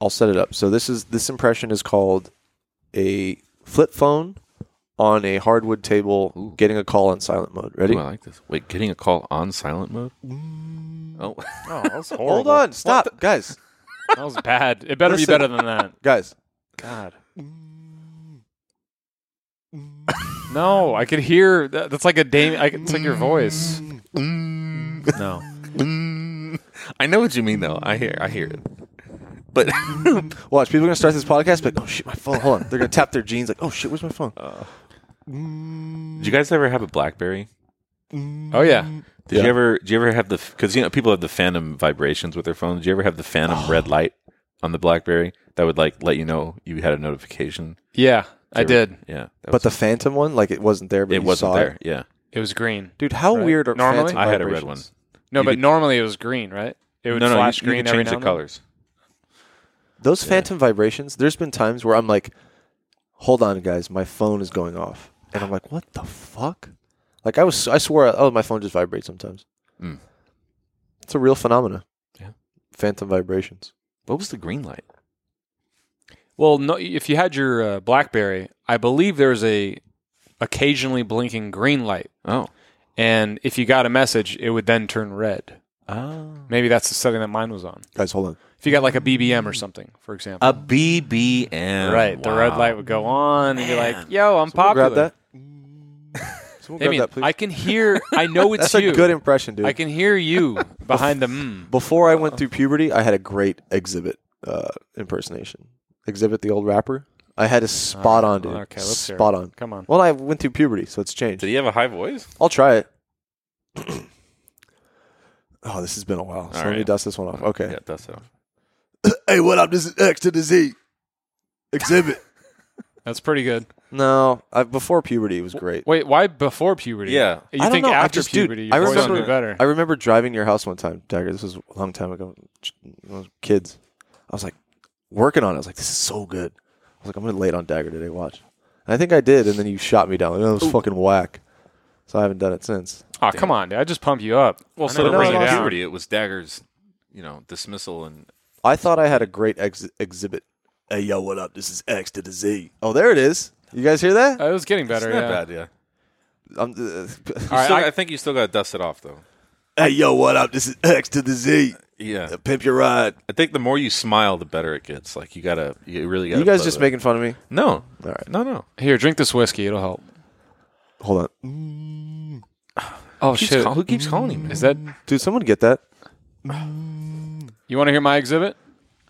I'll set it up. So this is this impression is called a flip phone on a hardwood table Ooh. getting a call on silent mode. Ready? Ooh, I like this. Wait, getting a call on silent mode? Oh, Oh, that was horrible. Hold on, stop, guys, That was bad. It better Listen. be better than that. guys. God. No, I could hear. That, that's like a Dame. I, it's like your voice. No. Mm. I know what you mean though. I hear, I hear it. But Watch, people are gonna start this podcast, but oh shit, my phone. Hold on, they're gonna tap their jeans like, oh shit, where's my phone? did you guys ever have a BlackBerry? Oh yeah. Did Yeah. you ever? Did you ever have the? Because you know people have the phantom vibrations with their phones. Did you ever have the phantom red light on the BlackBerry that would like let you know you had a notification? Yeah, I you ever- did. Yeah, that but was- the phantom one, like it wasn't there, but it you wasn't saw there. It. Yeah, It was green. Dude, how Right. weird are Normally? phantom I had a red one. vibrations? No, You but could- normally it was green, right? It would no, no, you- flash you, green could every change now the and then. colors. Those phantom vibrations. There's been times where I'm like, hold on, guys, my phone is going off, and I'm like, what the fuck? Like I was, I swore, oh, my phone just vibrates sometimes. Hmm. Mm. It's a real phenomena. Yeah. phantom vibrations. What was the green light? Well, no, if you had your uh, BlackBerry, I believe there's a occasionally blinking green light, Oh, and if you got a message, it would then turn red. oh, Maybe that's the setting that mine was on. Guys, hold on. If you got like a BBM or something, for example, a BBM. right? The red Wow. light would go on and be Man. like, "Yo, Someone I'm popular." Grab that. Someone grab Damien, that, please. I can hear. I know it's That's you. a good impression, dude. I can hear you behind the. Mm. Before I went through puberty, I had a great exhibit uh, impersonation. Exhibit the old rapper. I had a spot on, dude. Ah, Okay, let's hear it. spot on. Come on. Well, I went through puberty, so it's changed. Did he have a high voice? I'll try it. oh, this has been a while. So All let me right. dust this one off. Okay. Yeah, that's so. Hey, what up? This is X to the Z. Exhibit. That's pretty good. no, I, before puberty it was great. Wait, why before puberty? Yeah. you I don't think know, I after just- dude, puberty? I your voice remember- would be better. I remember driving to your house one time, Dagger. This was a long time ago. when I was Kids. I was like working on it. I was like, this is so good. I was like, I'm gonna lay it on Dagger today. Watch. And I think I did, and then you shot me down. Like, that was fucking whack. So I haven't done it since. oh, come on, dude! I just pump you up. Well, I so never to no, bring bring no, you it no. down. puberty, it was Dagger's, you know, dismissal and I thought I had a great ex- exhibit. Hey yo, what up? This is X to the Z. Oh, there it is. You guys hear that? Uh, it was getting better. It's Yeah. not bad. Yeah, I'm, uh, All right, Still- I- I think you still got to dust it off though. hey yo, what up? This is X to the Z. Uh, Yeah, Pimp your ride. I think the more you smile, the better it gets. Like you gotta, you really gotta. You guys play just with it. making fun of me? no, All right, no, no. Here, drink this whiskey. It'll help. hold on, Oh Keeps shit! call- who keeps calling him? Is that dude. Someone get that. you want to hear my exhibit?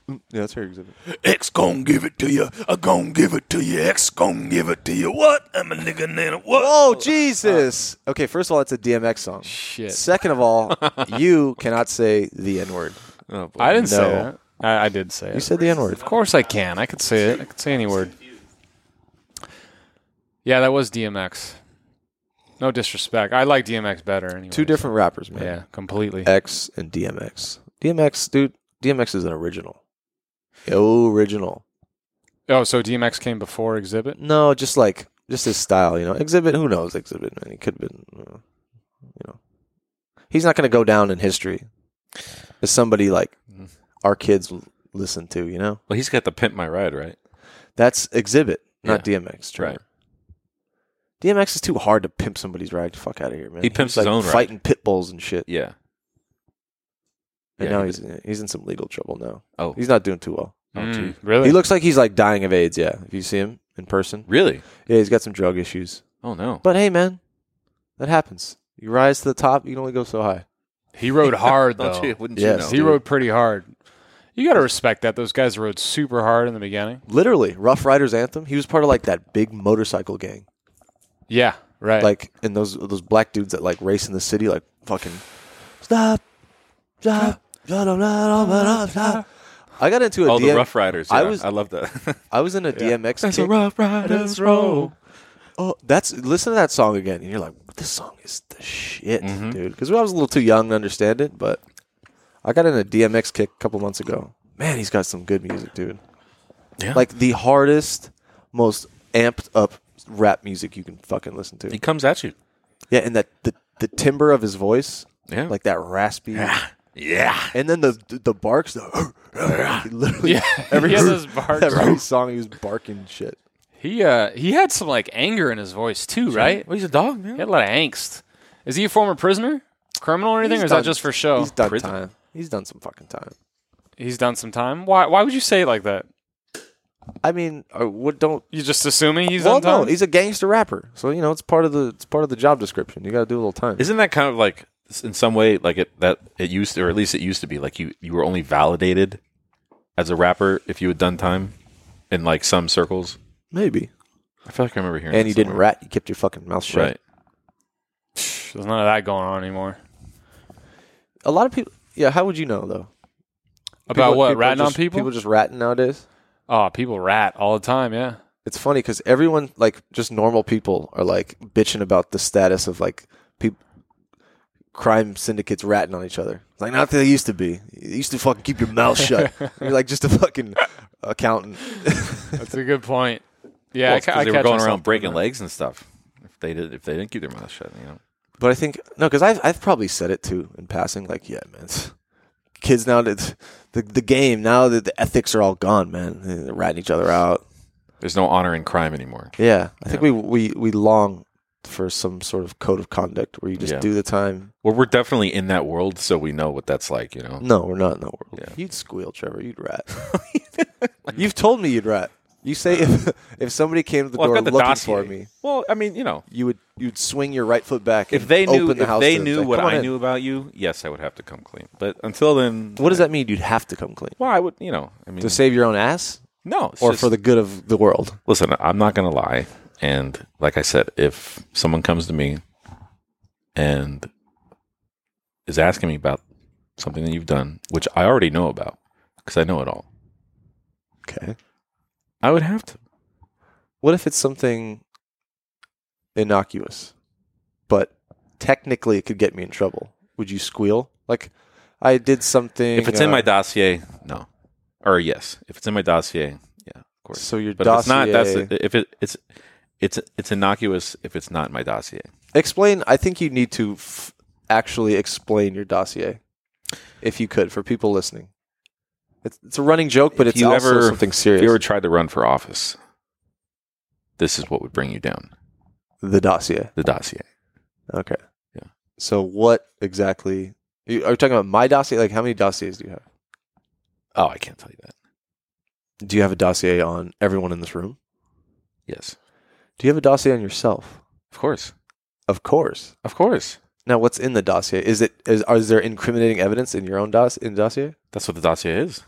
Yeah, that's her exhibit. X gon' give it to you. I gon' give it to you. X gon' give it to you. What? I'm a nigga nana. What? Oh Jesus! Okay, first of all, it's a DMX song. Shit. Second of all, you cannot say the N word. Oh, I didn't say No. that. I, I did say it. You said the N word. Of course I can. I could say it. I could say any word. Yeah, that was DMX. No disrespect. I like DMX better. Anyway. Two different Uh, rappers, man. Yeah, completely. X and DMX. DMX, dude. DMX is an original. Original. Oh, so DMX came before Exhibit. No, just like just his style, you know. Exhibit. Who knows? Exhibit. Man, he could have been. You know, you know. he's not going to go down in history as somebody like Mm-hmm. our kids l- listen to. You know, Well, he's got the pimp my ride, right? that's Exhibit, not Yeah. DMX. Right. DMX is too hard to pimp somebody's ride. Fuck out of here, man. He pimps was, his own ride. fighting pit bulls and shit. Yeah. and yeah, now he he's he's in some legal trouble now. Oh, He's not doing too well. Oh, Mm, gee. really? He looks like he's like dying of AIDS. Yeah, if you see him in person, really? yeah, he's got some drug issues. Oh no. But hey, man, that happens. You rise to the top, you can only go so high. he rode hard though. Don't you? Wouldn't Yes. he you know? dude. rode pretty hard. You got to respect that. Those guys rode super hard in the beginning. Literally, Rough Riders Anthem. He was part of like that big motorcycle gang, Yeah, right. like and those those black dudes that like race in the city, like fucking stop, stop, stop, stop, stop, stop. I got into a Oh, the DM Rough Riders. I I was- was. I love that. I was in a DMX. That's a kick. Rough Riders roll. Oh, that's listen to that song again, and you're like, this song is the shit, Mm-hmm. dude. 'Cause dude. Because I was a little too young to understand it, but I got in a DMX kick a couple months ago. Man, he's got some good music, dude. Yeah. Like the hardest, most amped up rap music you can fucking listen to. He comes at you. Yeah, and that the, the timbre of his voice, Yeah. like that raspy, Yeah. and then the the barks, the he literally Yeah, every, he has those barks. every song he was barking shit. He uh he had some like anger in his voice too, right? Well, he's a dog, He man. had a lot of angst. Is he a former prisoner, criminal, or anything, He's or is that done- just for show? He's done prison. time. He's done some fucking time. He's done some time. Why? Why would you say it like that? I mean, uh, what don't You just assuming he's well, done time. no, he's a gangster rapper, so you know it's part of the it's part of the job description. You got to do a little time. Isn't that kind of like s- in some way like it that it used to, or at least it used to be like you you were only validated as a rapper if you had done time in like some circles. Maybe. I feel like I remember hearing. And that you didn't somewhere. rat. You kept your fucking mouth shut. right? There's none of that going on anymore. A lot of people. Yeah. How would you know though? About People- what? people ratting just- on people? People just ratting nowadays. oh, people rat all the time. Yeah. It's funny because everyone, like, just normal people are like bitching about the status of like people, crime syndicates ratting on each other. It's Like, not that they used to be. You used to fucking keep your mouth shut. You're like just a fucking accountant. That's a good point. Yeah, Well, I it's ca- 'cause I they were catch going myself around doing breaking that. legs and stuff. If they did, if they didn't keep their mouth shut, you know. But I think no, because I've I've probably said it too in passing. Like, yeah, man, it's- kids now that the the game now that the ethics are all gone, man. They're ratting each other out. There's no honor in crime anymore. Yeah, I think we we we long for some sort of code of conduct where you just Yeah. do the time. Well, we're definitely in that world, so we know what that's like, you know. No, we're not in that world. Yeah. You'd squeal, Trevor. You'd rat. You've told me you'd rat. You say if if somebody came to the door looking for me, Well, I mean, you know, you would you'd swing your right foot back. if and they knew, open the if house they to them. knew Like, what "Come on I in." knew about you, yes, I would have to come clean. But until then, What does that mean? You'd have to come clean Well, I would, you know, I mean, to save your own ass, no, it's or just- for the good of the world. listen. I'm not gonna lie, and like I said, if someone comes to me and is asking me about something that you've done, which I already know about because I know it all, Okay. I would have to. What if it's something innocuous, but technically it could get me in trouble? Would you squeal? Like, I did something. If it's in uh, my dossier, no, or yes, if it's in my dossier, yeah, of course. so your But dossier. if it's not, that's if it, it's it's it's innocuous if it's not in my dossier. explain. I think you need to f- actually explain your dossier, if you could, for people listening. It's, it's a running joke, but If it's you also ever- something If you ever serious. tried to run for office, this is what would bring you down: The dossier. the dossier. Okay. Yeah. So what exactly? you- Are you talking about my dossier? Like, how many dossiers do you have? Oh, I can't tell you that. Do you have a dossier on everyone in this room? Yes, Do you have a dossier on yourself? of course, Of course. of course. Now, what's in the dossier? Is it is are is there incriminating evidence in your own dos in dossier? That's what the dossier is.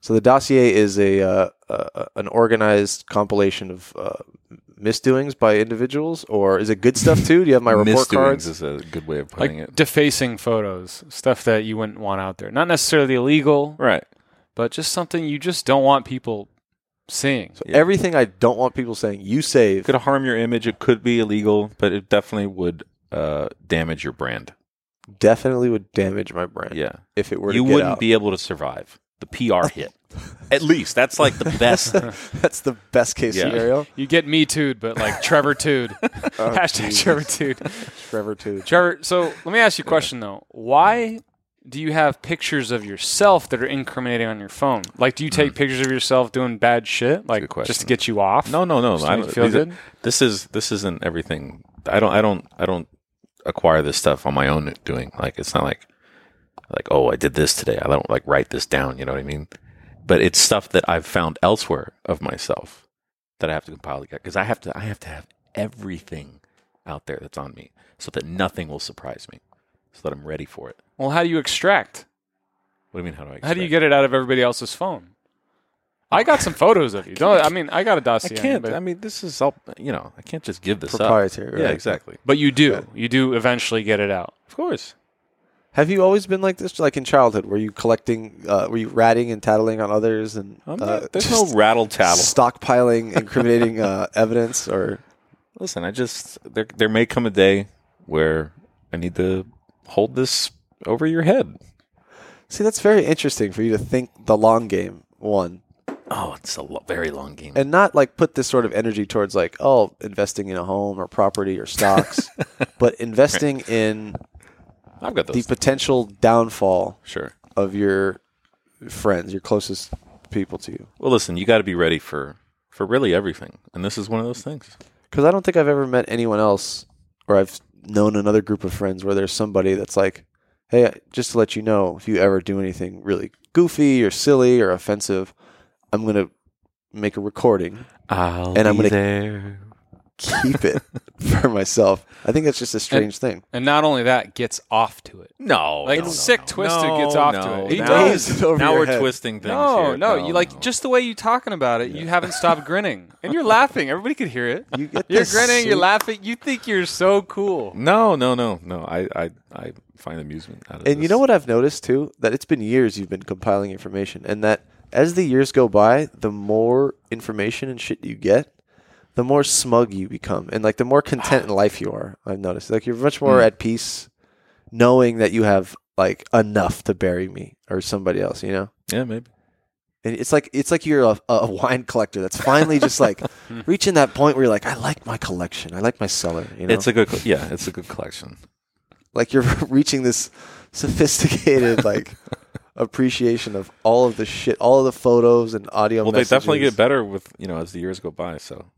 So the dossier is a uh, uh, an organized compilation of uh, misdoings by individuals, or is it good stuff too? Do you have my report Misdoings cards? is a good way of putting Like it. defacing photos, stuff that you wouldn't want out there. Not necessarily illegal, Right. but just something you just don't want people seeing. So everything I don't want people saying you It save. could harm your image. It could be illegal, but it definitely would uh, damage your brand. Definitely would damage my brand. Yeah. if it were you to get wouldn't out. be able to survive the PR hit. At least that's like the best. That's the best case Yeah. scenario. You get me tooed, but like Trevor tooed. Hashtag Oh, Jesus. Trevor tooed. Trevor too. Trevor, so let me ask you a question though. Why do you have pictures of yourself that are incriminating on your phone? Like, do you take pictures of yourself doing bad shit, like Mm. Good just to question. get you off? No, no, no. Just to I make you don't- feel these are- good? This is this isn't everything. I don't I don't I don't acquire this stuff on my own doing. Like it's not like like oh I did this today. I don't like write this down. You know what I mean? But it's stuff that I've found elsewhere of myself that I have to compile together because I have to I have to have everything out there that's on me so that nothing will surprise me so that I'm ready for it. Well, how do you extract? What do you mean? How do I? Expect? How do you get it out of everybody else's phone? I got some photos of you. Don't, I mean, I got a I dossier. can't. But, I mean, this is all. You know, I can't just give this Proprietary, up. right. Yeah, exactly. but you do. You do eventually get it out. Of course. Have you always been like this? Like in childhood, were you collecting? Uh, were you ratting and tattling on others? And I'm uh, not, Um, there's just- no rattle tattle. stockpiling incriminating uh, evidence or Listen, I just there there may come a day where I need to hold this over your head. see that's very interesting for you to think the long game one Oh, it's a lo- very long game. and not like put this sort of energy towards like oh investing in a home or property or stocks but investing in I've got the those. potential downfall sure. of your friends, your closest people to you. Well, listen, you got to be ready for for really everything, and this is one of those things. Because I don't think I've ever met anyone else, or I've known another group of friends where there's somebody that's like, "Hey, just to let you know, if you ever do anything really goofy or silly or offensive, I'm gonna make a recording, I'll And I'm gonna- there. keep it for myself." I think that's just a strange thing. And not only that, gets off to it. No, Like, no, no, sick no. twisted No, gets off to no, it. He now- does. It's over Now your we're head. twisting things. No, here. no, you like no. just the way you talking about it. You haven't stopped grinning, and you're laughing. Everybody could hear it. You get You're this grinning. You're sweet- laughing. You think you're so cool. No, no, no, no. I, I, I find amusement out of And you this. know what I've noticed too? That it's been years you've been compiling information, and that as the years go by, the more information and shit you get, the more smug you become, and like the more content in life you are. I've noticed, like you're much more Mm. at peace, knowing that you have like enough to bury me or somebody else. You know, Yeah, maybe. and it's like it's like you're a, a wine collector that's finally just like reaching that point where you're like, I like my collection, I like my cellar. You know, It's a good, co- yeah, it's a good collection. like you're reaching this sophisticated like appreciation of all of the shit, all of the photos and audio. Well, messages. they definitely get better with you know as the years go by. So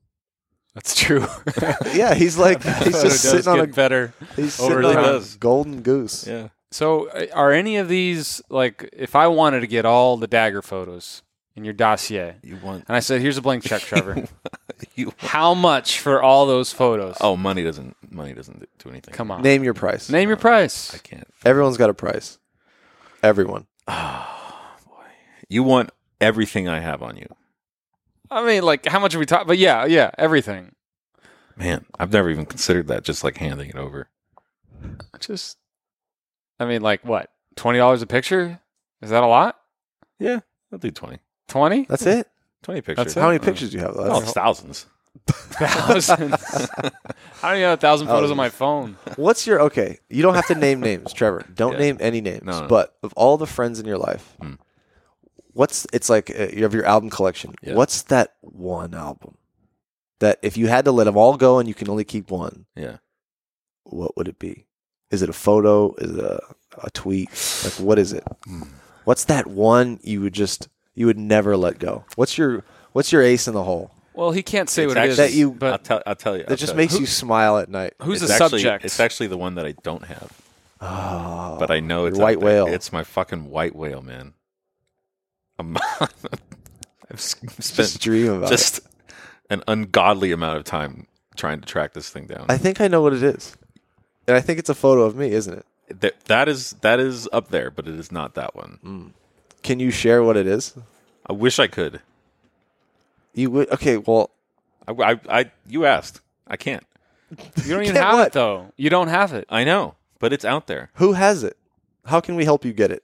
That's true. Yeah, he's like he's just So it does sitting on a get better. he's over sitting on time. a golden goose. yeah, So, uh, are any of these like if I wanted to get all the dagger photos in your dossier, you want and I said, "Here's a blank check, Trevor. you. How much for all those photos?" Oh, money doesn't money doesn't do anything. come on, name, Name your price. your I price. can't. Everyone's got a price. Everyone. You want everything I have on you, I mean, like how much are we talking? But yeah, yeah, everything. man. I've never even considered that. Just like handing it over. Just, I mean, like what? Twenty dollars a picture? Is that a lot? Yeah, I'll do 20. Twenty That's it. 20 pictures. That's it? How many Uh, pictures do you have? That's Oh, it's thousands. thousands. I don't even have a thousand photos Oh. on my phone. What's your okay? You don't have to name names, Trevor. Don't Yeah. name any names. No, no. But of all the friends in your life, Mm. what's it's like uh, you have your album collection. Yeah. What's that one album that if you had to let them all go and you can only keep one, Yeah. what would it be? Is it a photo? Is it a, a tweet? Like what is it? Hmm. What's that one you would just you would never let go? What's your what's your ace in the hole Well, he can't say It's what it actually- is. that you- I'll but tell. I'll tell you. that just makes you smile at night? who's it's the actually, subject? It's actually the one that I don't have, Oh, but I know your it's out white there. whale. It's my fucking white whale, man. I'm, I've s- just spent dream about it. just an ungodly amount of time trying to track this thing down. I think I know what it is. And I think it's a photo of me, isn't it? Th- that is that is up there, but it is not that one. Mm. Can you share what it is? I wish I could. You would okay, well I, I, I you asked. I can't. you don't even Can't have what? it though. You don't have it. I know, but it's out there. who has it? How can we help you get it?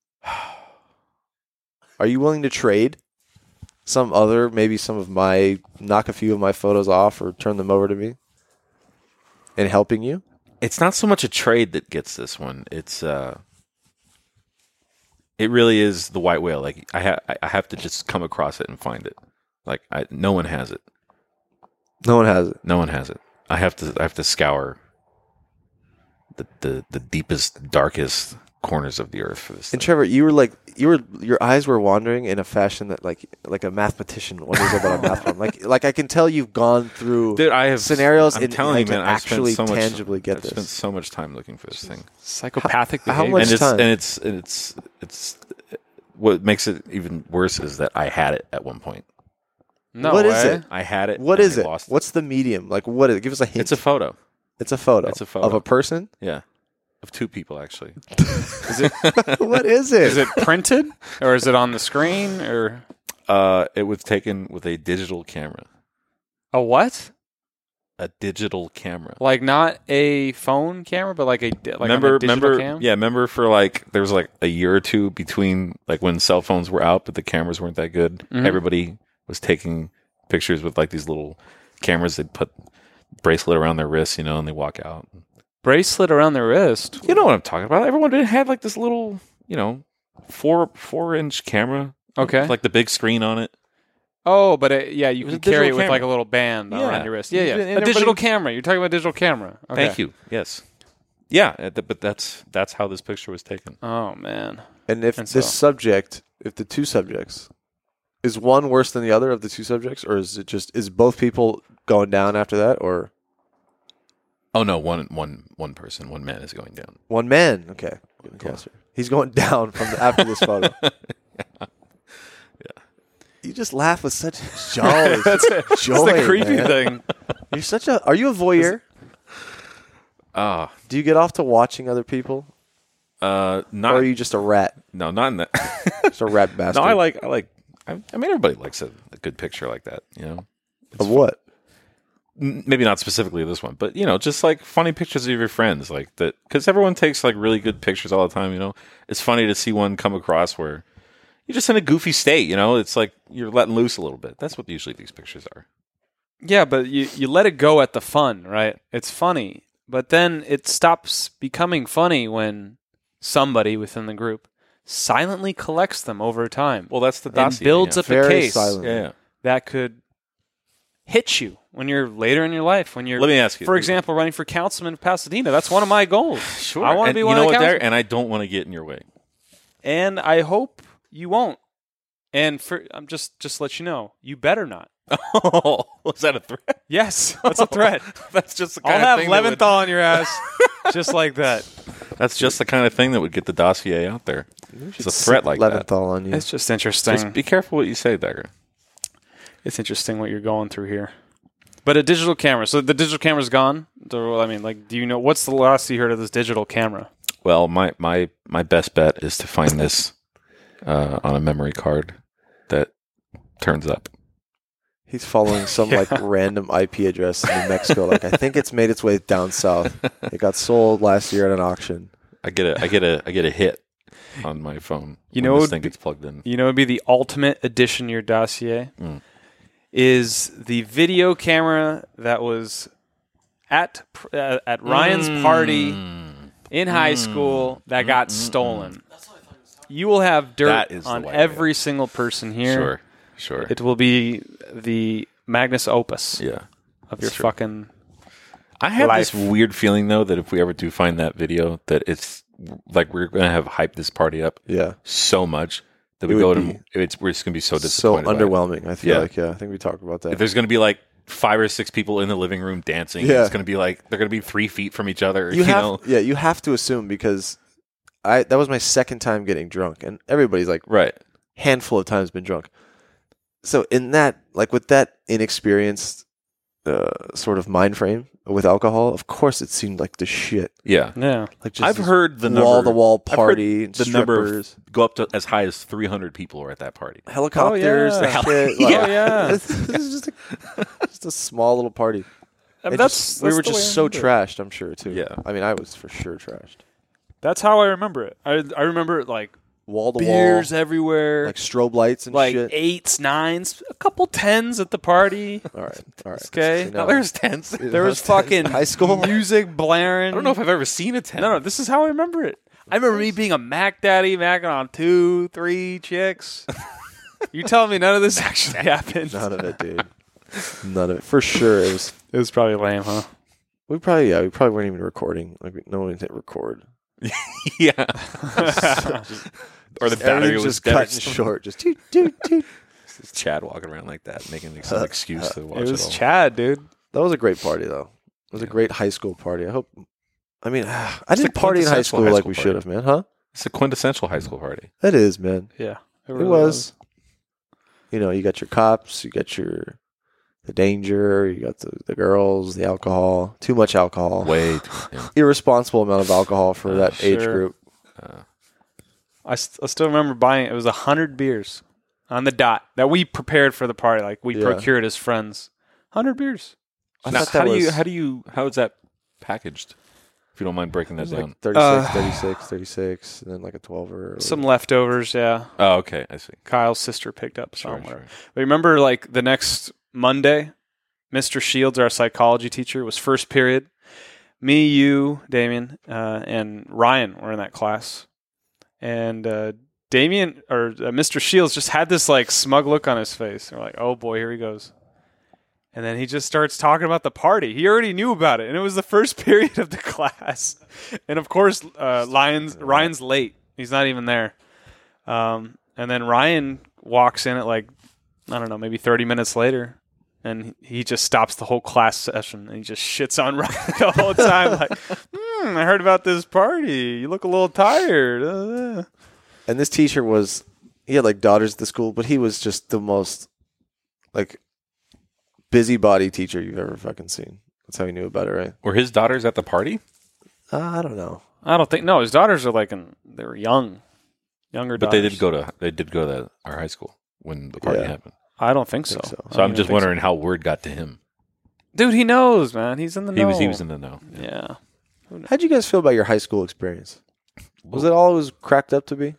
Are you willing to trade some other maybe some of my knock a few of my photos off or turn them over to me? And helping you? It's not so much a trade that gets this one. It's uh it really is the white whale. Like I ha- I- I have to just come across it and find it. Like I, no one has it. No one has it. No one has it. I have to I have to scour the the, the deepest darkest corners of the earth for this. And Thing. Trevor, you were like you were your eyes were wandering in a fashion that like like a mathematician wonders about a math problem. Like like I can tell you've gone through Dude, I have scenarios I'm in- telling I you, can man, I've spent actually so much- tangibly get I've this. Spent so much time looking for this thing. Psychopathic How- how behavior. much- and it's time. and it's and it's it's what makes it even worse is that I had it at one point. no What way. is it? I had it. What and is I it? Lost What's the medium? Like what is it? Give us a it. hint. It's a photo. It's a photo. It's a photo. of a person. Yeah, of two people actually. what is it? Is it printed or is it on the screen or Uh, it was taken with a digital camera. a what? A digital camera. Like not a phone camera, but like a di- like on a remember, digital remember, cam? yeah, remember for like there was like a year or two between like when cell phones were out, but the cameras weren't that good. Mhm. Everybody was taking pictures with like these little cameras. They'd put bracelet around their wrist, you know, and they walk out. bracelet around the wrist. You know what I'm talking about? Everyone did have like this little, you know, four four inch camera, Okay. with, like the big screen on it. oh, but it, yeah, you was can a digital carry it with camera. like a little band Yeah. around your wrist. Yeah, You yeah. didn't- A digital everybody- camera. You're talking about digital camera. Okay. Thank you. Yes. yeah, uh, th- but that's that's how this picture was taken. Oh man. And if And this so- subject, if the two subjects, is one worse than the other of the two subjects, or is it just is both people going down after that, or Oh no, one one one person, one man is going down. one man? Okay, Getting closer. He's going down from the, after this photo. yeah. You just laugh with such joy. That's it. joy, That's the creepy man. thing. You're such a. Are you a voyeur? Ah, Do you get off to watching other people, uh, or not are you just a rat? no, not in that. Just a rat bastard. no, I like I like. I, I mean, everybody likes a, a good picture like that. You know, of what? N- maybe not specifically this one, but you know, just like funny pictures of your friends, like that, because everyone takes like really good pictures all the time. You know, it's funny to see one come across where you're just in a goofy state. You know, it's like you're letting loose a little bit. That's what usually these pictures are. Yeah, but you, you let it go at the fun, right? It's funny. But then it stops becoming funny when somebody within the group silently collects them over time Well, that's the and dossier, builds yeah. up a Very case Yeah, silent. yeah. that could hit you when you're later in your life. When you're, Let me ask you. for example, running for councilman of Pasadena. That's one of my goals. Sure. I want to And be you one know of the what, councilmen. Derek? and I don't want to get in your way. and I hope you won't. And for I'm just just let you know, you better not. Oh, was that a threat? Yes, that's a threat. That's just the I'll kind have of thing. that would- Leventhal on your ass, just like that. that's just the kind of thing that would get the dossier out there. It's a threat like that. Leventhal on you. It's just interesting. Just be careful what you say, Decker. it's interesting what you're going through here. But a digital camera. So the digital camera's gone. So, I mean, like, do you know what's the last you heard of this digital camera? Well, my my my best bet is to find this uh, on a memory card that turns up. He's following some like random IP address in New Mexico. Like I think it's made its way down south. It got sold last year at an auction. I get a I get a I get a hit on my phone. You when know, it this would thing be- gets plugged in. You know, it'd be the ultimate addition to your dossier. Mm. Is the video camera that was at pr- uh, at Ryan's Mm. party in high school that got stolen. You will have dirt That is the on way, every single person here. Sure, sure. It will be the magnus opus yeah. of your true. fucking I have this Life. weird feeling though that if we ever do find that video, that it's like we're gonna have hyped this party up Yeah, so much that we It go would to it's we're just gonna be so so disappointed. by it. underwhelming. I feel Yeah. like yeah. I think we talked about that. There's gonna be like five or six people in the living room dancing. and Yeah. It's gonna be like they're gonna be three feet from each other. You, You have know, yeah. You have to assume because I that was my second time getting drunk, and everybody's like right? handful of times been drunk. So in that like with that inexperienced uh, sort of mind frame with alcohol, of course it seemed like the shit. Yeah. yeah. Like just I've heard the wall to number- wall I've heard party, and the number of- strippers. go up to as high as 300 people were at that party. helicopters. Oh, yeah. and shit, Yeah. like- Oh, yeah. this, this is just a, just a small little party. I mean, It that's, just- that's we were the way just I so remember it. trashed. I'm sure too. Yeah. I mean, I was for sure trashed. That's how I remember it. I I remember it like Wall to wall, beers everywhere, like strobe lights and like, shit. eights, nines, a couple tens at the party. All right, all right. Okay. You know, Now there's tents. I There was fucking high school. music blaring. I don't know if I've ever seen a tent. no, no, this is how I remember it. I remember me being a Mac Daddy, macking on two, three chicks. you telling me none of this actually happened? None of it, dude. None of it for sure. It was. It was probably lame, huh? We probably yeah. We probably weren't even recording. Like we- no one hit record. yeah. or the battery Everything was just dead or cut something. short. Just toot, toot, toot. It's Chad walking around like that, making some excuse to watch it it, was all. Chad, dude. That was a great party though. It was a great high school party. I hope. I mean, I didn't the party in high quintessential school high like school we party. should have, man. Huh? It's a quintessential high school party. It is, man. Yeah, It was. You know, you got your cops, you got your the danger, you got the, the girls, the alcohol, too much alcohol, Way too- yeah. irresponsible amount of alcohol for that age Sure. group. I, st- I still remember buying it. was a hundred beers on the dot that we prepared for the party. Like we Yeah. procured as friends, hundred beers. I Now, thought that how do you was- how do you how is that packaged? If you don't mind breaking It was that down. like 36, Uh, 36, 36, and then like a 12 or Some leftovers. Yeah, oh, okay, I see. Kyle's sister picked up Sure, somewhere. sure. But remember, like the next Monday, Mr. Shields, our psychology teacher, was first period. Me, you, Damien, uh, and Ryan were in that class, and uh, Damien or uh, Mr. Shields just had this like smug look on his face. We're like, "Oh boy, here he goes." And then he just starts talking about the party. He already knew about it, and it was the first period of the class. And of course, uh, Lions Ryan's late. He's not even there. Um, and then Ryan walks in at like I don't know, maybe thirty minutes later, and he just stops the whole class session and he just shits on Ryan the whole time. like, hmm, I heard about this party. You look a little tired. Uh, And this teacher was he had like daughters at the school, but he was just the most like busybody teacher you've ever fucking seen. That's how he knew about it, right? Were his daughters at the party? Uh, I don't know. I don't think no. His daughters are like in, they were young, younger. But daughters. they did go to they did go to our high school when the party Yeah. happened. I don't think so. Think so. I So don't I'm even just think wondering how word got to him. so. dude. He knows, man. He's in the He was he know. was in the know. yeah. How'd you guys feel about your high school experience? Was it all it was cracked up to be?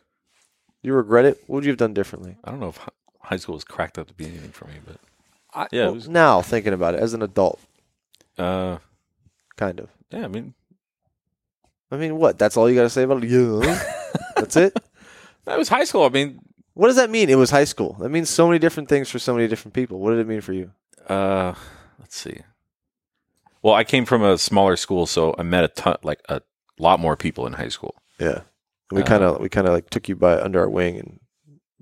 You regret it? What would you have done differently? I don't know if hi- high school was cracked up to be anything for me, but I- yeah, it Well, was, now thinking about it as an adult, uh, kind of. yeah. I mean, I mean, what? That's all you got to say about it? Yeah. That's it? that was high school. I mean, What does that mean? It was high school. That means so many different things for so many different people. What did it mean for you? Uh, let's see. Well, I came from a smaller school, so I met a ton, like a lot more people in high school. Yeah. We Uh, kind of we kind of like took you by under our wing and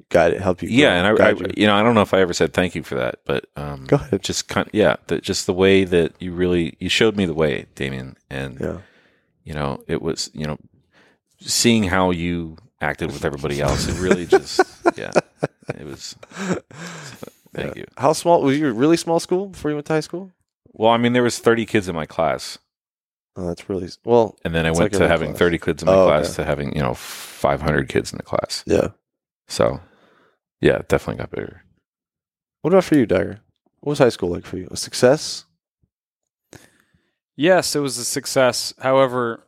guided helped you. Yeah, and I, I, guide you. you know, I don't know if I ever said thank you for that, but um, go ahead. just kind, yeah, the, just the way that you really you showed me the way, Damien, and Yeah. you know, it was you know, seeing how you acted with everybody else, it really just yeah, it was. Thank you. How small was you? A really small school before you went to high school? Well, I mean, there was thirty kids in my class, Oh, that's really s- well. and then I It's went like to every having class. thirty kids in my Oh, class okay. to having you know five hundred kids in the class. Yeah. So, yeah, it definitely got bigger. What about for you, Dagger? What was high school like for you? A success? Yes, it was a success. However,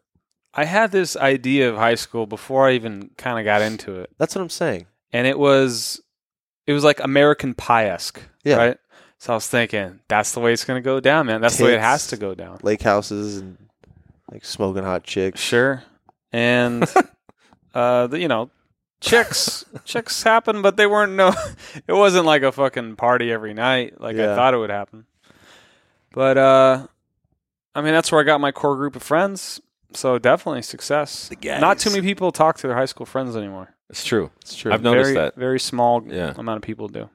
I had this idea of high school before I even kind of got into it, That's what I'm saying. and it was, it was like American Pie esque, Yeah. right? So I was thinking that's the way it's going to go down, man. That's the way it Tits. has to go down. Lake houses and like smoking hot chicks. Sure, and uh, the, you know, chicks, chicks happen, but they weren't no. It wasn't like a fucking party every night like I Yeah. thought it would happen. But uh, I mean, that's where I got my core group of friends. So definitely success. Not too many people talk to their high school friends anymore. It's true. It's true. I've noticed very, that. Very small Yeah. amount of people do.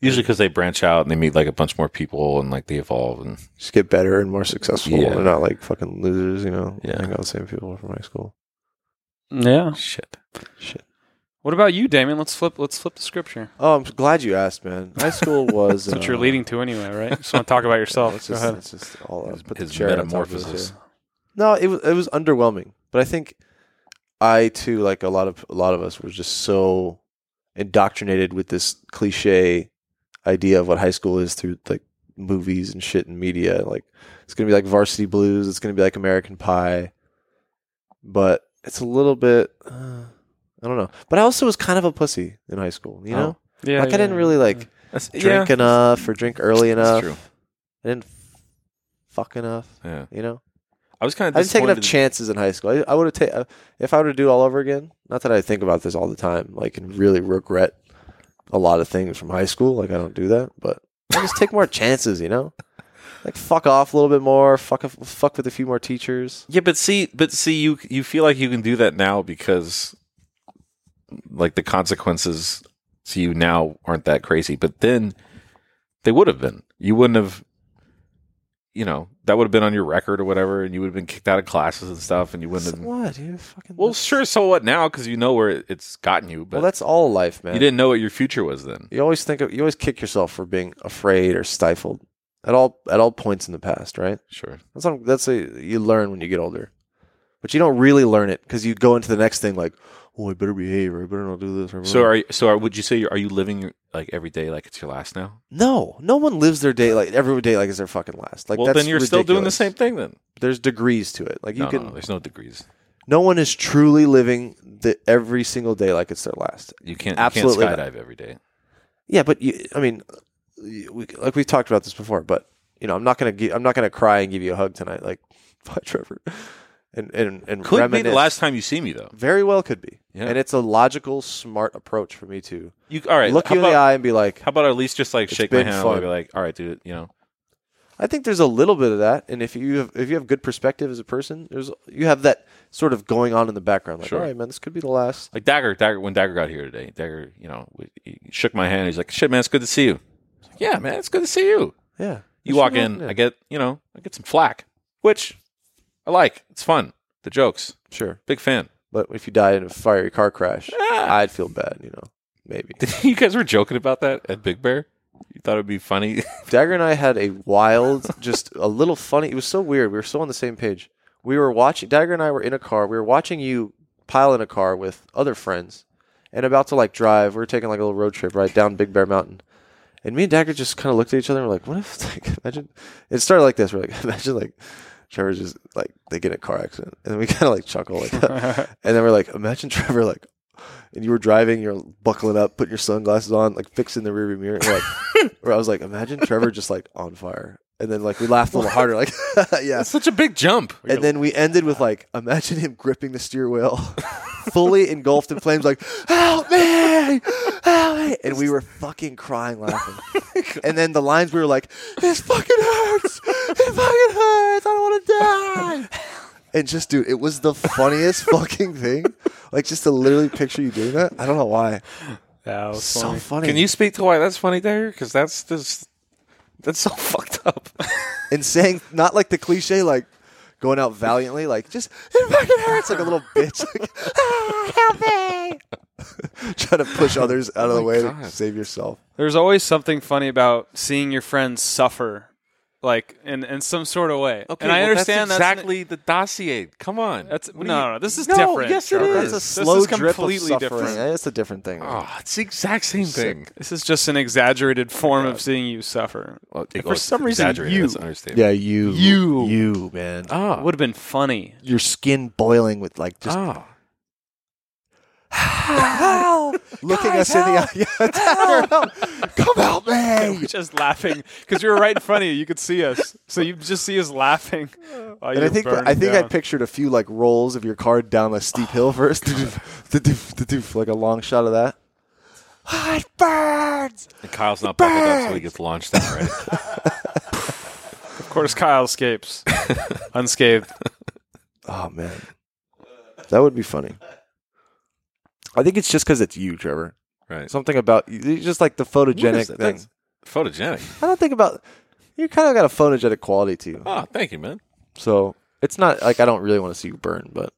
Usually because they branch out and they meet like a bunch more people and like they evolve and just get better and more successful. Yeah. They're not like fucking losers, you know. Yeah. hang out with the same people from high school. Yeah. shit. Shit. What about you, Damon? Let's flip. Let's flip the scripture. Oh, I'm glad you asked, man. High school was. That's what uh, you're leading to anyway, right? Just want to talk about yourself. It's Go just, ahead. it's just all His- us. But his the chair on top of metamorphosis. this, yeah. No, it was it was underwhelming. But I think I too, like a lot of a lot of us, were just so indoctrinated with this cliche idea of what high school is through like movies and shit and media. Like it's gonna be like Varsity Blues. It's gonna be like American Pie. But it's a little bit. Uh, I don't know. But I also was kind of a pussy in high school. You Oh. know, Yeah. like I didn't yeah. really like That's drink enough or drink early enough. That's true. I didn't fuck enough. Yeah. You know, I was kind I of didn't take enough disappointed. chances in high school. I, I would have taken if I were to do it all over again. Not that I think about this all the time, like and really regret a lot of things from high school. Like I don't do that, but I just take more chances. You know, like fuck off a little bit more. Fuck off- fuck with a few more teachers. yeah, but see, but see, you you feel like you can do that now because like the consequences to you now aren't that crazy, but then they would have been. You wouldn't have. You know that would have been on your record or whatever, and you would have been kicked out of classes and stuff, and you wouldn't So have. what? You fucking Well, sure. So what now? Because you know where it- it's gotten you, but Well, that's all life, man. you didn't know what your future was then. You always think of, you always kick yourself for being afraid or stifled at all at all points in the past, right? Sure. That's what, that's a, you learn when you get older, but you don't really learn it because you go into the next thing like, oh, I better behave or I better not do this. Or I better So not-" are you, so are, would you say you're, are you living your, like every day like it's your last now? no, no one lives their day like every day like it's their fucking last. Like well, that's then you're still doing the ridiculous. same thing then. There's degrees to it. Like you no, can, no, no, there's no degrees. one is truly living the every single day like it's their last. You can't Absolutely you not. can't skydive every day. Yeah, but you, I mean, you- we, like we've talked about this before, but you know, I'm not gonna gi- I'm not gonna cry and give you a hug tonight, like bye, Trevor, and and and Could be reminisce. the last time you see me though. Very well could be, Yeah. and it's a logical, smart approach for me to You all right? look how you in about, the eye and be like, How about at least just like It's shake my been hand fun. and be like, all right, dude, you know, I think there's a little bit of that, and if you have, if you have good perspective as a person, there's you have that sort of going on in the background. Like, Sure. all right, man, this could be the last. Like Dagger, Dagger, when Dagger got here today, Dagger, you know, w- he shook my hand. He's like, "Shit, man, it's good to see you." I was like, yeah, man, it's good to see you. Yeah, You walk in, I get, you know, I get some flack, which I like. It's fun. The jokes, sure, big fan. but if you die in a fiery car crash, Ah. I'd feel bad, you know. Maybe you guys were joking about that at Big Bear. You thought it'd be funny. Dagger and I had a wild, just a little funny. It was so weird. We were so on the same page. We were watching Dagger and I were in a car. We were watching you pile in a car with other friends, and about to like drive. We were taking like a little road trip right down Big Bear Mountain. And me and Dagger just kind of looked at each other and were like, what if, like, imagine, it started like this. We're like, imagine, like, Trevor just, like, they get in a car accident. And then we kind of, like, chuckle like that. And then we're like, imagine Trevor, like, and you were driving, you're buckling up, putting your sunglasses on, like, fixing the rearview mirror. And we're like, where I was like, imagine Trevor just, like, on fire. And then, like, we laughed a little harder, like, yeah. That's such a big jump. And then we ended with, like, imagine him gripping the steer wheel, fully engulfed in flames, like, help me! Help me! And we were fucking crying, laughing. Oh And then the lines we were like, "This fucking hurts! It fucking hurts! I don't want to die!" And just, dude, it was the funniest fucking thing. Like, just to literally picture you doing that. I don't know why. That was So funny. funny. Can you speak to why that's funny, Dagger? Because that's this. That's so fucked up. And saying not like the cliche, like going out valiantly, like just it fucking hurts, like a little bitch, like ah, help me, trying to push others out of the way to Oh God. save yourself. There's always something funny about seeing your friends suffer, like in, in some sort of way. and I understand that's that's n- exactly the dossier. Come on, That's What do no, you- no. This is No, different. yes, it Trevor. That's a is. slow this is drip of completely suffering. different. Yeah, That's a different thing. Oh, it's the exact same thing. This is just an exaggerated form of seeing you suffer. Well, for some reason, you- understand. Yeah, you, You. you, man. Ah, Would have been funny. your skin boiling with like just ah. looking us in the eye. Yeah, help. Come help me! just laughing because we were right in front of you. You could see us, so you just see us laughing. while you And I were think burning I think I down. pictured a few like rolls of your car down a steep hill first, Doof, doof, doof, like a long shot of that. Ah, it burns. And Kyle's not buckled up, so he gets launched out. Right? of course, Kyle escapes unscathed. Oh man, that would be funny. I think it's just because it's you, Trevor. right. Something about you, you're just like the photogenic thing. that? That's photogenic. I don't think about you. Kind of got a photogenic quality to you, Oh, thank you, man. so it's not like I don't really want to see you burn, but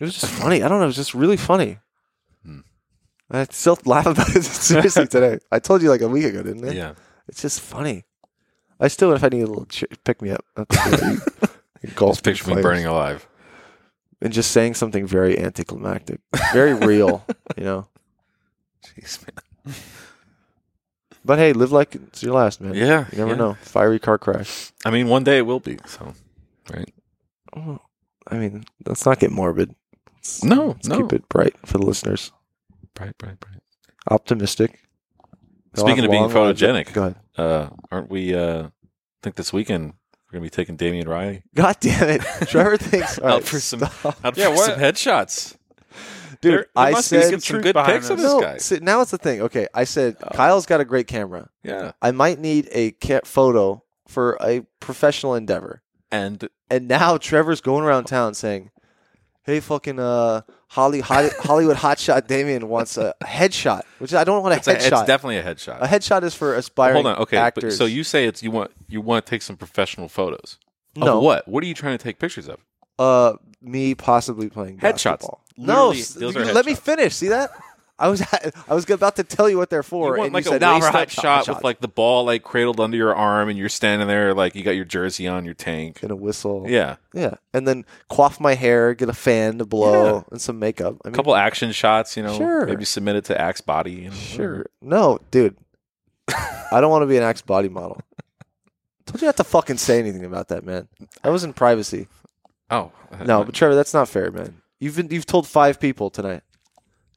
it was just funny. I don't know, it was just really funny. Hmm. I still laugh about it seriously today. I told you like a week ago, didn't I? Yeah. It's just funny. I still, if I need a little ch- pick me up, that's the way you- golf Just picture me players. burning alive. and just saying something very anticlimactic, very real, you know. Jeez, man. But hey, live like it's your last, man. Yeah. you never yeah. know. Fiery car crash. I mean, one day it will be. So Oh, I mean, let's not get morbid. Let's- No, let's no. Keep it bright for the listeners. bright, bright, bright. Optimistic. They'll Speaking have of being long lives. photogenic. go ahead. Uh, aren't we? Uh, I think this weekend we're gonna be taking Damien Riley God damn it, Trevor thinks. all Out right, for some- stop. out Yeah, for what- some headshots. dude. There- there I must be said some some truth good behind pics of this. this no. guy. Oh. see, now it's the thing. Okay, I said Kyle's got a great camera. Yeah. I might need a ca- photo for a professional endeavor. And And now Trevor's going around town saying, "Hey, fucking uh, Holly, Holly Hollywood hotshot Damien wants a headshot," which I don't want a it's, a, it's headshot. definitely a headshot. a headshot is for aspiring Hold on. Okay. But, actors. so you say it's you want you want to take some professional photos. no Of what? What are you trying to take pictures of? uh me possibly playing Headshots. basketball. No, Literally, s- those you- are let me headshots. finish. See that? I was I was about to tell you what they're for, you want and like you said, a "No, waist hot up shot hot with like the ball like cradled under your arm, and you're standing there like you got your jersey on, your tank. and a whistle." Yeah, yeah, and then quaff my hair, get a fan to blow, Yeah. and some makeup. I mean, a couple action shots. You know, Sure. maybe submit it to Axe Body. You know, Sure. No, dude. I don't want to be an axe body model. Told you not to fucking say anything about that, man. That was in privacy. Oh No, but Trevor, that's not fair, man. You've been you've told five people tonight.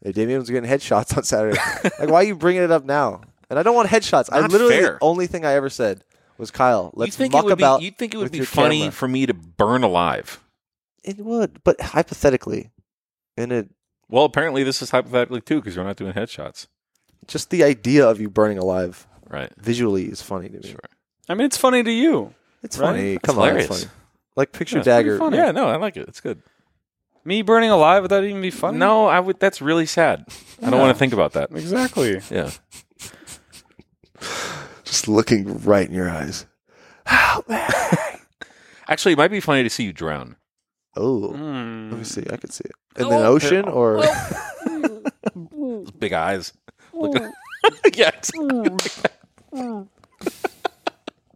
Hey, Damien was getting headshots on Saturday. like, why are you bringing it up now? And I don't want headshots. I Not literally fair. the only thing I ever said was Kyle. you Let's think it muck would about. be, you think it with would be your funny camera. for me to burn alive? It would, but hypothetically, and it Well, apparently this is hypothetically too because we're not doing headshots, just the idea of you burning alive right? visually is funny to me. Sure. I mean, it's funny to you. It's Right? funny. That's Come on, hilarious. it's funny. Like picture Yeah, it's pretty dagger. funny. Yeah, no, I like it. It's good. Me burning alive would that even be funny? No, I would. That's really sad. I don't Yeah. want to think about that. exactly. Yeah, Just looking right in your eyes. actually, it might be funny to see you drown. Oh, Mm. let me see. I can see it. Oh, In an ocean or Big eyes. Look. yeah. it's-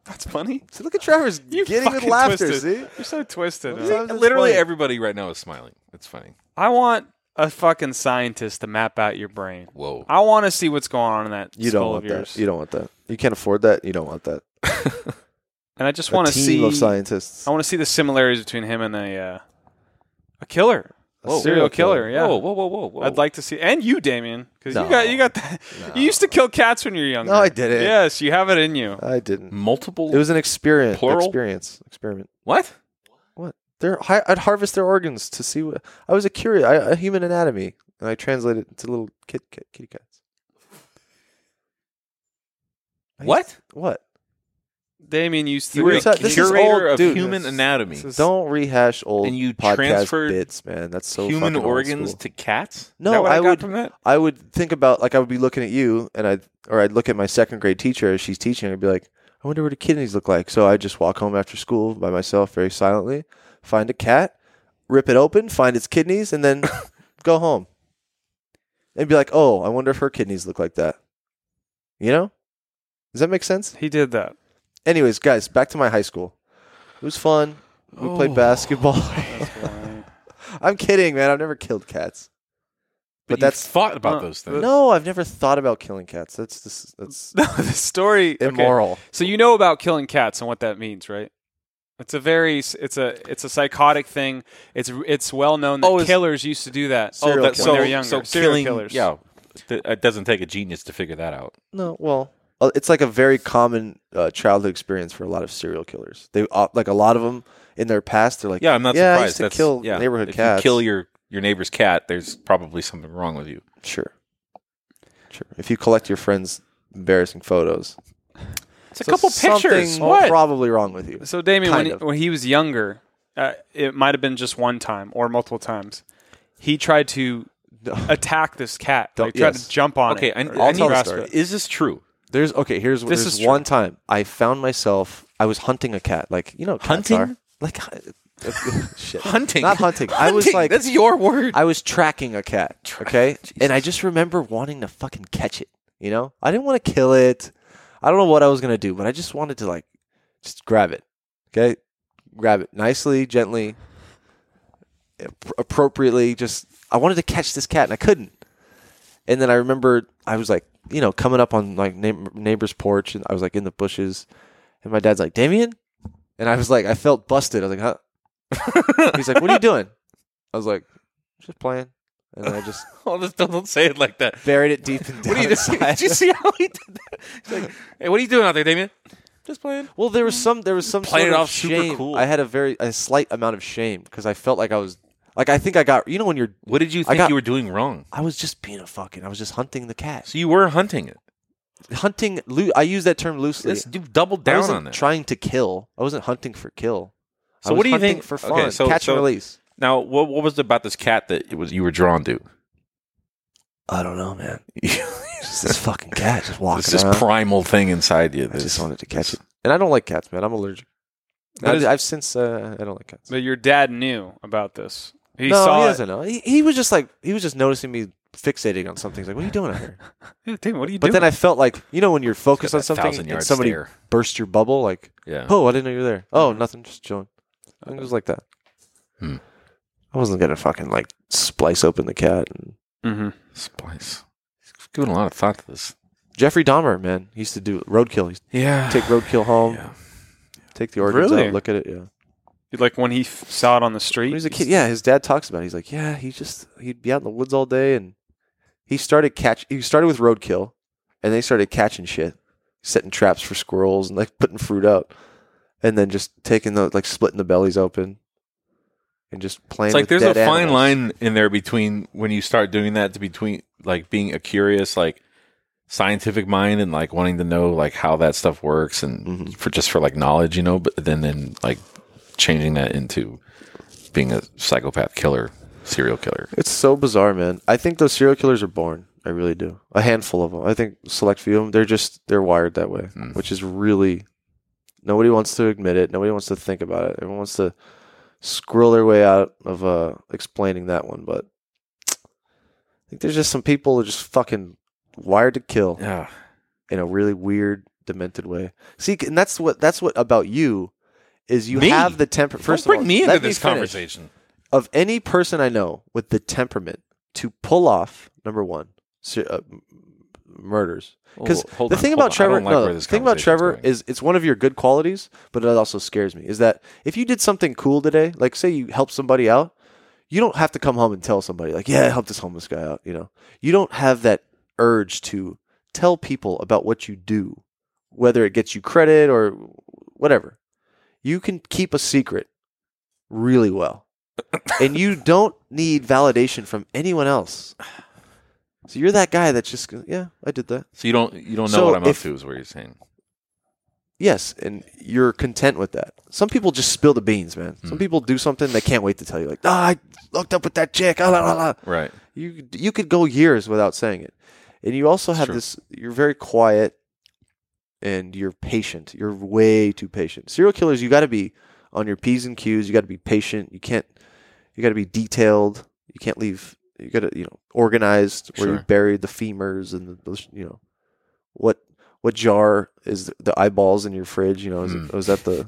That's funny. see, look at Trevor's You getting with fucking laughter. twisted. See, You're so twisted. Sometimes it's Literally funny. everybody right now is smiling. It's funny. I want a fucking scientist to map out your brain. Whoa. I want to see what's going on in that You skull don't of want yours. that. You don't want that. You can't afford that. You don't want that. and I just A want to team see. of scientists. I want to see the similarities between him and a uh, a killer, A serial, killer. Yeah, Whoa, whoa, whoa, whoa, whoa. I'd like to see, and you, Damien, because No. you got you got that. No. You used to kill cats when you were younger. No, I didn't. Yes, you have it in you. I didn't. multiple. It was an experience. Mm. Plural? Experience. Experiment. what? They're, hi- I'd harvest their organs to see what. I was a curious. I, a human anatomy, and I translated it to little kid, kid kitty cats. I used- What? What? Damien used to. You were You're a be- ta- this is curator old- of dude, human this- anatomy. this is- Don't rehash old And you podcast transferred bits, man. That's so human fucking old organs school. to cats? No, Is that what I, Oh, I got would- from that. I would think about like I would be looking at you, and I'd or I'd look at my second grade teacher as she's teaching. I'd be like, I wonder what her kidneys look like. So I just walk home after school by myself, very silently, find a cat, rip it open, find its kidneys, and then go home. And be like, oh, I wonder if her kidneys look like that. You know? Does that make sense? he did that. Anyways, guys, back to my high school. It was fun. We played Oh. basketball. That's why. I'm kidding, man. I've never killed cats. But you that's- thought about Uh, those things. No, I've never thought about killing cats. That's this, that's no, the story. okay. immoral. So you know about killing cats and what that means, right? It's a very it's a it's a psychotic thing. It's it's well known that Oh, is- killers used to do that. Oh, serial that- that's when so- they were younger. serial killers. Yeah, th- it doesn't take a genius to figure that out. No, well, uh, it's like a very common uh, childhood experience for a lot of serial killers. They uh, like a lot of them in their past. They're like, Yeah, I'm not yeah, surprised. I used to That's- kill yeah. neighborhood if cats. You kill your your neighbor's cat. There's probably something wrong with you. sure, sure. If you collect your friends' embarrassing photos, It's a couple pictures. something What? probably wrong with you? So Damien, when Kind he, of. when he was younger, uh, it might have been just one time or multiple times. He tried to attack this cat. Don't- like, tried yes. to jump on okay, it. I, or I I'll need tell the to- story. Is this true? There's okay. Here's This this is is true. one time I found myself. I was hunting a cat, like you know, cats Hunting? are. like shit, Hunting, not hunting. I was like, that's your word. I was tracking a cat, okay? and I just remember wanting to fucking catch it, you know? I didn't want to kill it. I don't know what I was going to do, but I just wanted to like just grab it. Okay? Grab it nicely, gently, ap- appropriately, just I wanted to catch this cat and I couldn't. And then I remember I was like, you know, coming up on like neigh- neighbor's porch and I was like in the bushes and my dad's like, "Damien?" And I was like, I felt busted. I was like, "Huh?" He's like, "What are you doing?" I was like, just playing. And I just oh, just don't, don't say it like that. buried it deep in down What are you doing? inside. Did you see how he did that? He's like, hey, what are you doing out there, Damien? Just playing. well, there was some there was some Playing sort it of off super shame. cool. I had a very a slight amount of shame because I felt like I was like I think I got you know when you're What did you I think got- you were doing wrong? I was just being a fucking I was just hunting the cat. So you were hunting it. Hunting loo- I use that term loosely. Let's do double I down wasn't on that. trying to kill. I wasn't hunting for kill. I So was what do you hunting think- for fun? okay, so- Catch so- and release. now, what, what was it about this cat that it was you were drawn to? I don't know, man. it's It's this fucking cat just walking this around. primal thing inside you. I just that's- wanted to catch it, and I don't like cats, man. I'm allergic. But I, is- I've since uh, I don't like cats. But your dad knew about this. He no, saw he it. doesn't know. He, he was just like he was just noticing me fixating on something. He's like, "What are you doing out here?" Yeah, Damien, what are you But doing? then I felt like you know when you're focused Got on that something and thousand-yard somebody stare. Uh-huh. burst your bubble, like, Yeah. "Oh, I didn't know you were there." Oh, nothing, just chilling. I think it was like that. Hmm. I wasn't gonna fucking like splice open the cat. And hmm Spice. He's giving a lot of thought to this. Jeffrey Dahmer, man, he used to do roadkill. He used Yeah. to take roadkill home, Yeah. take the organs Really? out, look at it. Yeah, Like when he f- saw it on the street. when he was a kid, yeah, his dad talks about. it. He's like, yeah, he just he'd be out in the woods all day, and he started catch. He started with roadkill, and they started catching shit, setting traps for squirrels and like putting fruit out, and then just taking the like splitting the bellies open, and just playing. It's like with there's a dead fine animals. line in there between when you start doing that to between like being a curious like scientific mind and like wanting to know like how that stuff works and Mhm. for just for like knowledge, you know, but then then like changing that into being a psychopath killer, serial killer. It's so bizarre, man. I think those serial killers are born. I really do. A handful of them. I think select few of them. They're just they're wired that way, Mm. which is really nobody wants to admit it. Nobody wants to think about it. Everyone wants to squirrel their way out of uh, explaining that one. But I think there's just some people that are just fucking wired to kill Yeah. in a really weird, demented way. See, and that's what that's what about you is you Me? have the temper. First Don't bring of all, me into let this finish conversation. of any person I know with the temperament to pull off number one ser- uh, m- murders. Because Oh, hold the on, thing hold about on. I Trevor, don't like no, where the this thing about conversation's Trevor going. is it's one of your good qualities, but it also scares me. Is that if you did something cool today, like say you helped somebody out, you don't have to come home and tell somebody like, "Yeah, I helped this homeless guy out." You know, you don't have that urge to tell people about what you do, whether it gets you credit or whatever. You can keep a secret really well. and you don't need validation from anyone else. So you're that guy that's just gonna, yeah, I did that. so you don't you don't know So what I'm if- up to is what you're saying. Yes, and you're content with that. Some people just spill the beans, man. Some Mm. people do something they can't wait to tell you, like, ah, I hooked up with that chick. Ah, la, la, la. Right. You you could go years without saying it, and you also It's have true. this. You're very quiet, and you're patient. You're way too patient. Serial killers, you got to be on your p's and q's. You got to be patient. You can't. You got to be detailed. You can't leave. You got to you know organized where you Sure. buried the femurs and the those, you know what what jar is the eyeballs in your fridge. You know, is, it, Mm. was that the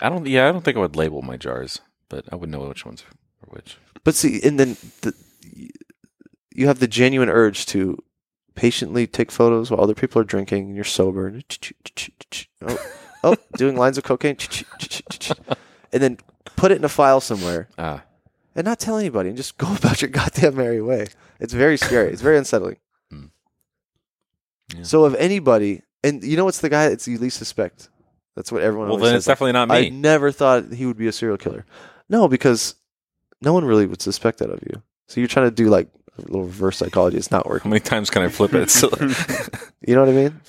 I don't yeah, I don't think I would label my jars, but I would know which ones are which. But see, and then the, you have the genuine urge to patiently take photos while other people are drinking and you're sober. and Oh, oh doing lines of cocaine. And then put it in a file somewhere Ah. and not tell anybody and just go about your goddamn merry way. It's very scary. It's very unsettling. Hmm. Yeah. So, if anybody, and you know what's the guy it's you least suspect? That's what everyone Well always then says, it's like, definitely not I me. never thought he would be a serial killer. No, because no one really would suspect that of you. So you're trying to do like a little reverse psychology. It's not How working. many times can I flip it? It's, You know what I mean?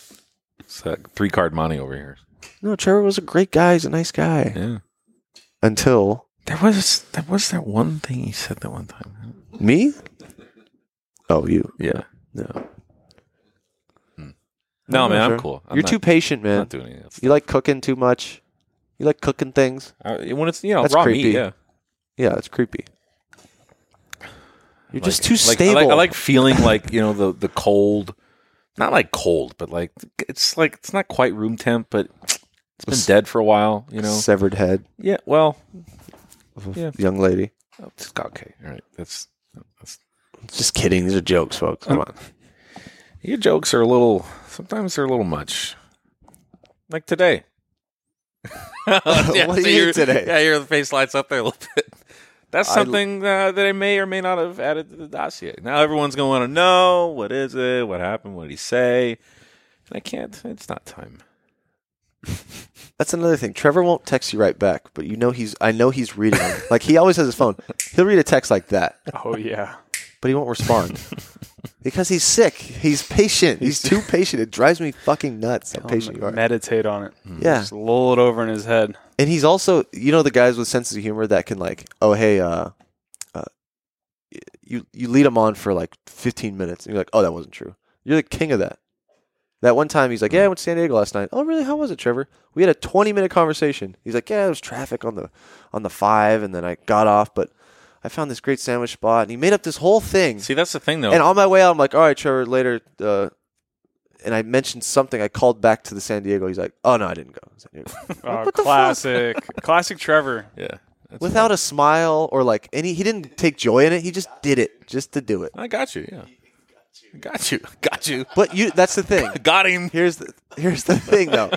it's like three card money over here. No, Trevor was a great guy. He's a nice guy. Yeah. Until There was there was that one thing he said that one time. me? Oh, you. Yeah. No. Hmm. No, I'm not man, sure. I'm cool. I'm you're not, too patient, I'm man. not doing any of that stuff. You like cooking too much. You like cooking things. I, Uh, when it's you know That's raw creepy. meat, yeah. Yeah, it's creepy. You're just Like- too like, stable. I like, I like feeling like you know the the cold, not like cold, but like it's like it's not quite room temp, but it's been S- dead for a while. You know. severed head Yeah. Well. of a Yeah. young lady. oh, it's- Okay. All right. That's. that's Just kidding. These are jokes, folks. Come on. your jokes are a little. Sometimes they're a little much. Like today. What do you mean your- today? Yeah, your face lights up there a little bit. That's I- something uh, that I may or may not have added to the dossier. Now everyone's going to want to know what is it, what happened, what did he say, and I can't. It's not time. That's another thing. Trevor won't text you right back, but you know he's. I know he's reading. them. like he always has his phone. He'll read a text like that, oh yeah. but he won't respond because he's sick. He's patient. He's too patient. It drives me fucking nuts. How Tell patient him you to are. Meditate on it. Yeah, Just lull it over in his head. and he's also you know the guys with senses of humor that can like, oh hey, uh, uh, y- you you lead him on for like 15 minutes, and you're like, oh that wasn't true. You're the king of that. That one time he's like, yeah, I went to San Diego last night. Oh really? How was it, Trevor? We had a 20 minute conversation. He's like, yeah, there was traffic on the on the five, and then I got off, but I found this great sandwich spot, and he made up this whole thing. See, that's the thing, though. And on my way out, I'm like, all right, Trevor, later. Uh, and I mentioned something. I called back to the San Diego. He's like, oh no, I didn't go. to San Diego. what Oh, the fuck? classic, classic Trevor. yeah, that's without a smile or like any he didn't take joy in it he just did it just to do it fine. I got you. Yeah, got you. Got you. but you that's the thing Got him. here's the here's the thing though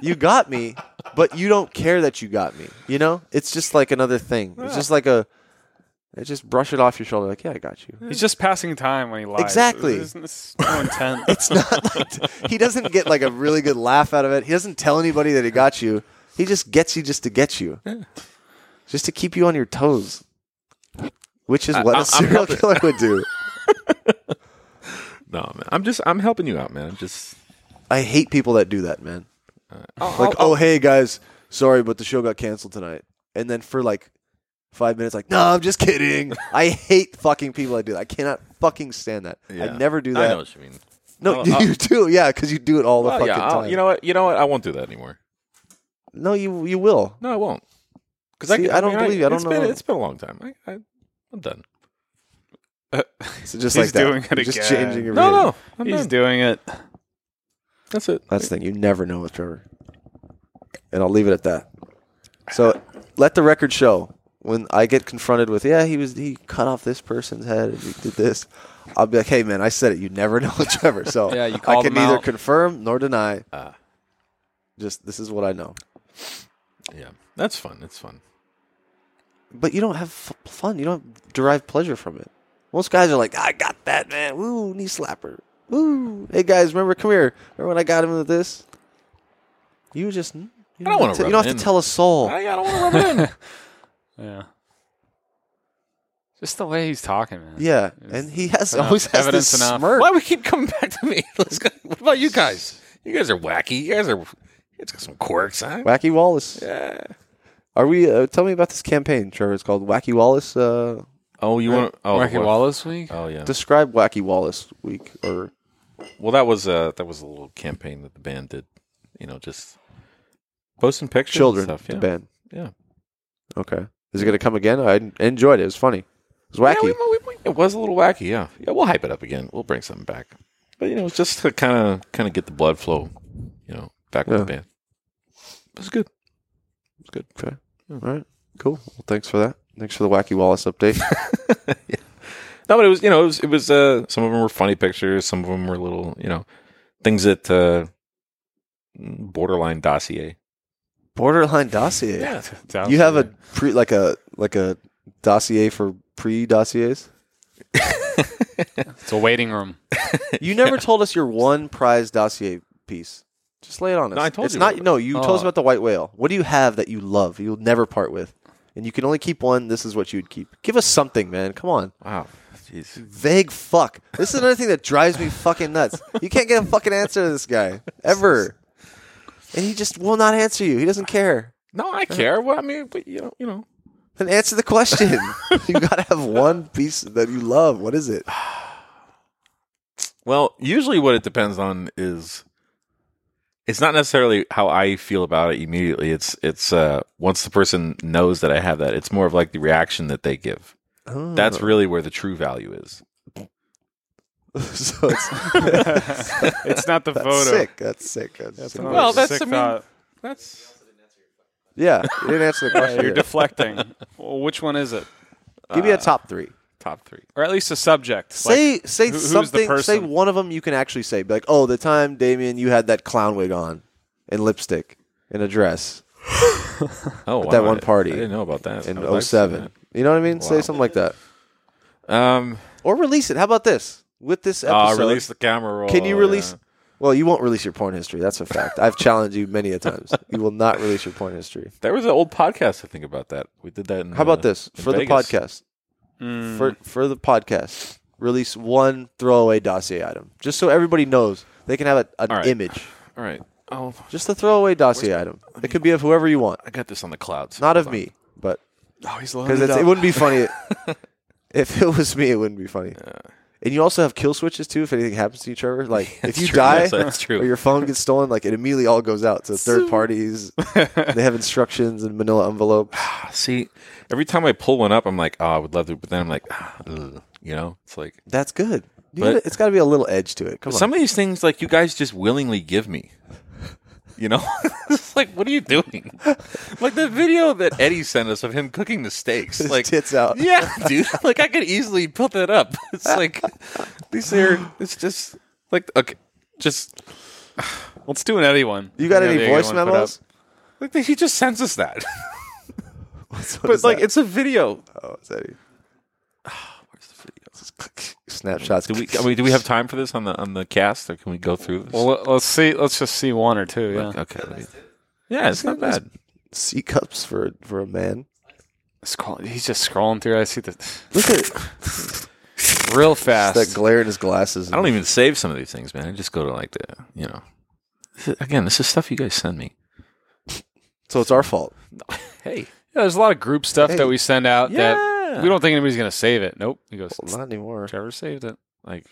you got me but you don't care that you got me you know it's just like another thing it's just like a it just brush it off your shoulder like yeah i got you He's just passing time when he lies. Exactly. Isn't this no intent? it's not like he doesn't get like a really good laugh out of it he doesn't tell anybody that he got you he just gets you just to get you just to keep you on your toes which is what a I- I'm serial not the- killer would do No, man. I'm just I'm helping you out, man. I'm just I hate people that do that, man. Uh, like, oh, hey guys, sorry, but the show got canceled tonight. And then for like five minutes, like, no, I'm just kidding. I hate fucking people that do that. I cannot fucking stand that. Yeah. I never do I that. know what you mean. no, I'll- I'll- you do, yeah, because you do it all the Well, fucking yeah, I'll- time. you know what? You know what? I won't do that anymore. no, you you will. No, I won't. Because See, I don't believe you. I don't Been, know. it's been a long time. I, I I'm done. So just He's like that. doing it You're just again. changing your No, behavior. no, I'm He's done. doing it. That's it. That's the thing. You never know with Trevor. And I'll leave it at that. So let the record show when I get confronted with, yeah, he was he cut off this person's head and he did this. I'll be like, hey man, I said it. You never know with Trevor. So Yeah, you I called can him neither out. Uh. confirm nor deny. Ah. Just this is what I know. Yeah, that's fun. It's fun. But you don't have f- fun. You don't derive pleasure from it. Most guys are like, I got that man. Woo, knee slapper. Woo. Hey guys, remember? Come here. Remember when I got him with this? You just. You I don't wanna have to- You rub don't it have in. to tell a soul. I, I don't want to rub it in. Yeah. Just the way he's talking, man. Yeah, It's and he has enough. always has Evidence this enough. smirk. Why we keep coming back to me? Let's go. What about you guys? You guys are wacky. You guys are. It's got some quirks, huh? Wacky Wallace. Yeah. Are we? Uh, tell me about this campaign, Trevor. It's called Wacky Wallace. Uh, Oh, you want? Oh, Marky well, Wallace week. Oh yeah. describe Wacky Wallace week, or Well, that was uh that was a little campaign that the band did. You know, just posting pictures. and children. stuff, The yeah. band. Yeah. Okay. Is it gonna come again? I en- enjoyed it. It was funny. It was Yeah, wacky. we- we- we- it was a little wacky. Yeah. Yeah. We'll hype it up again. We'll bring something back. But you know, it's just to kind of kind of get the blood flow. You know, back with Yeah. the band. It was good. It was good. okay. Hmm. All right. Cool. Well, thanks for that. Thanks for the Wacky Wallace update. No, but it was you know it was it was uh, some of them were funny pictures, some of them were little you know things that uh, borderline dossier. Borderline dossier. Sounds You have a good. pre like a like a dossier for pre dossiers. It's a waiting room. You never told us your one prize dossier piece. Just lay it on us. No, I told it's you not. about No, you told us Oh. about the white whale. What do you have that you love? You'll never part with, and you can only keep one. This is what you'd keep. Give us something, man. Come on, Wow, jeez. vague fuck. This is another thing that drives me fucking nuts. You can't get a fucking answer to this guy ever, and he just will not answer you. He doesn't care. No, I care. Well, I mean, but you know, you know, Then answer the question. you gotta have one piece that you love. What is it? Well, usually what it depends on is it's not necessarily how I feel about it immediately. It's it's uh once the person knows that I have that, it's more of like the reaction that they give. Oh. That's really where the true value is. so it's it's not the that's photo. sick. That's sick. That's, sick. another Well, that's- sick I mean- thought. That's Yeah, you didn't answer the question. You're yet. deflecting. Well, which one is it? Give me a top three. top 3. Or at least a subject. Say say who- who's the something. Say person? one of them you can actually say. Be like, oh, the time Damien, you had that clown wig on, and lipstick, and a dress Oh, wow. that one party I didn't know about that. I in was actually 07. You know what I mean? Say Wow. something like that, not- Um or release it. How about this? With this episode, uh, release the camera roll. can you release? yeah. Well, you won't release your porn history. That's a fact. I've challenged you many a times. You will not release your porn history. There was an old podcast I think about that. We did that in How about uh, this in for the Vegas. podcast? Hmm. Mm, for for the podcast. Release one throwaway dossier item, just so everybody knows they can have a, an All right. image. All right. Oh, Just a throwaway dossier item. It could be of whoever you want, I got this on the clouds. not of Hold on. me, but oh, he's because loaded it up. wouldn't be funny. if it was me, it wouldn't be funny. And you also have kill switches too. If anything happens to you, Trevor, like if That's you true. die Yes, that's true. or your phone gets stolen, like it immediately all goes out to third parties. they have instructions and Manila envelopes. See, every time I pull one up, I'm like, oh, I would love to, but then I'm like, ah, ugh, you know, it's like That's good. You But- gotta- it's got to be a little edge to it. Come on. some of these things, like you guys just willingly give me. You know, it's like, what are you doing? Like the video that Eddie sent us of him cooking the steaks, His like tits out. Yeah, dude. Like I could easily put that up. It's like these are. It's just like okay, just Let's do an Eddie one. you got Yeah, any there go, voice one put up. memos? like he just sends us that, What but is like that? it's a video. oh, it's Eddie. Where's the video? snapshots. Do we? I mean, do we have time for this on the on the cast, or can we go through this? Well, let- let's see. Let's just see one or two. Yeah. okay. let me- Yeah, it's not bad. C cups for for a man? Scroll, he's just scrolling through. I see the. Look at real Just fast. that glare in his glasses. I don't even save some of these things, man. I just go to like the, you know, This is- again, this is stuff you guys send me. So it's our fault. Hey, Yeah, there's a lot of group stuff Hey. that we send out yeah, that we don't think anybody's gonna save it. Nope. He goes, Well, not anymore. Trevor saved it. Like,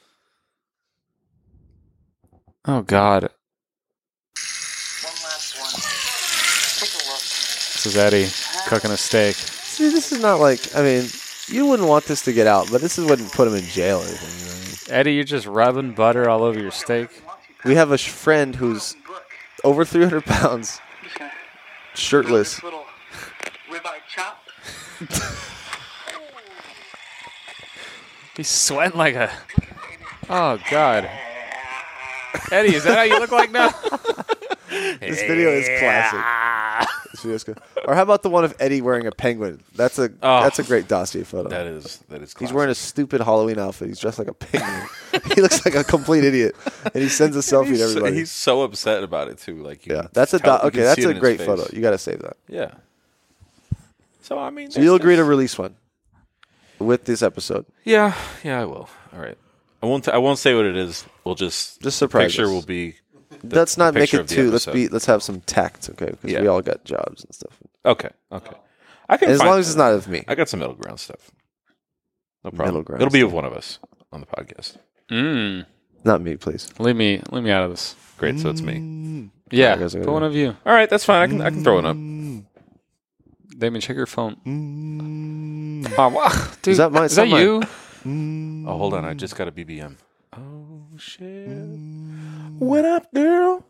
oh god, One last one. Take a look. this is Eddie cooking a steak. See, this is not like. I mean, you wouldn't want this to get out, but this is wouldn't put him in jail or anything. you know what I mean? Eddie, you're just rubbing butter all over your steak. We have a sh- friend who's Look, over 300 pounds, I'm just gonna do shirtless. this little ribeye chop. He's sweating like a. Oh god, Eddie, is that how you look like now? This video is classic. This video is good. Or how about the one of Eddie wearing a penguin? That's a Oh. that's a great dossier photo. that is that is. Classic. He's wearing a stupid Halloween outfit. He's dressed like a penguin. he looks like a complete idiot, and he sends a selfie He's to so- everybody. he's so upset about it too. Like, you yeah, can that's a tell- do- you okay. can That's see it a in his great face. photo. You got to save that. Yeah. So I mean, So you'll agree to release one with this episode. Yeah, yeah, I will. All right. I won't. I won't say what it is. We'll just Just surprise Picture us. will be let's not make picture it of the too. Let's episode. be. Let's have some tact, okay? Because Yeah. we all got jobs and stuff. okay. Okay. I can. And as find- long as it's not of me. I got some middle ground stuff. No problem. Middle ground It'll be of one of us on the podcast. Mm. Not me, please. Leave me, leave me out of this. Great. So it's me. Yeah, guess I put gotta one go. of you. All right. That's fine. I can. I can throw it up. Damien, check your phone. Oh, wow. Dude, Is that mine? Is that Is that mine? you? Oh, hold on. I just got a BBM. Oh shit. What up, girl?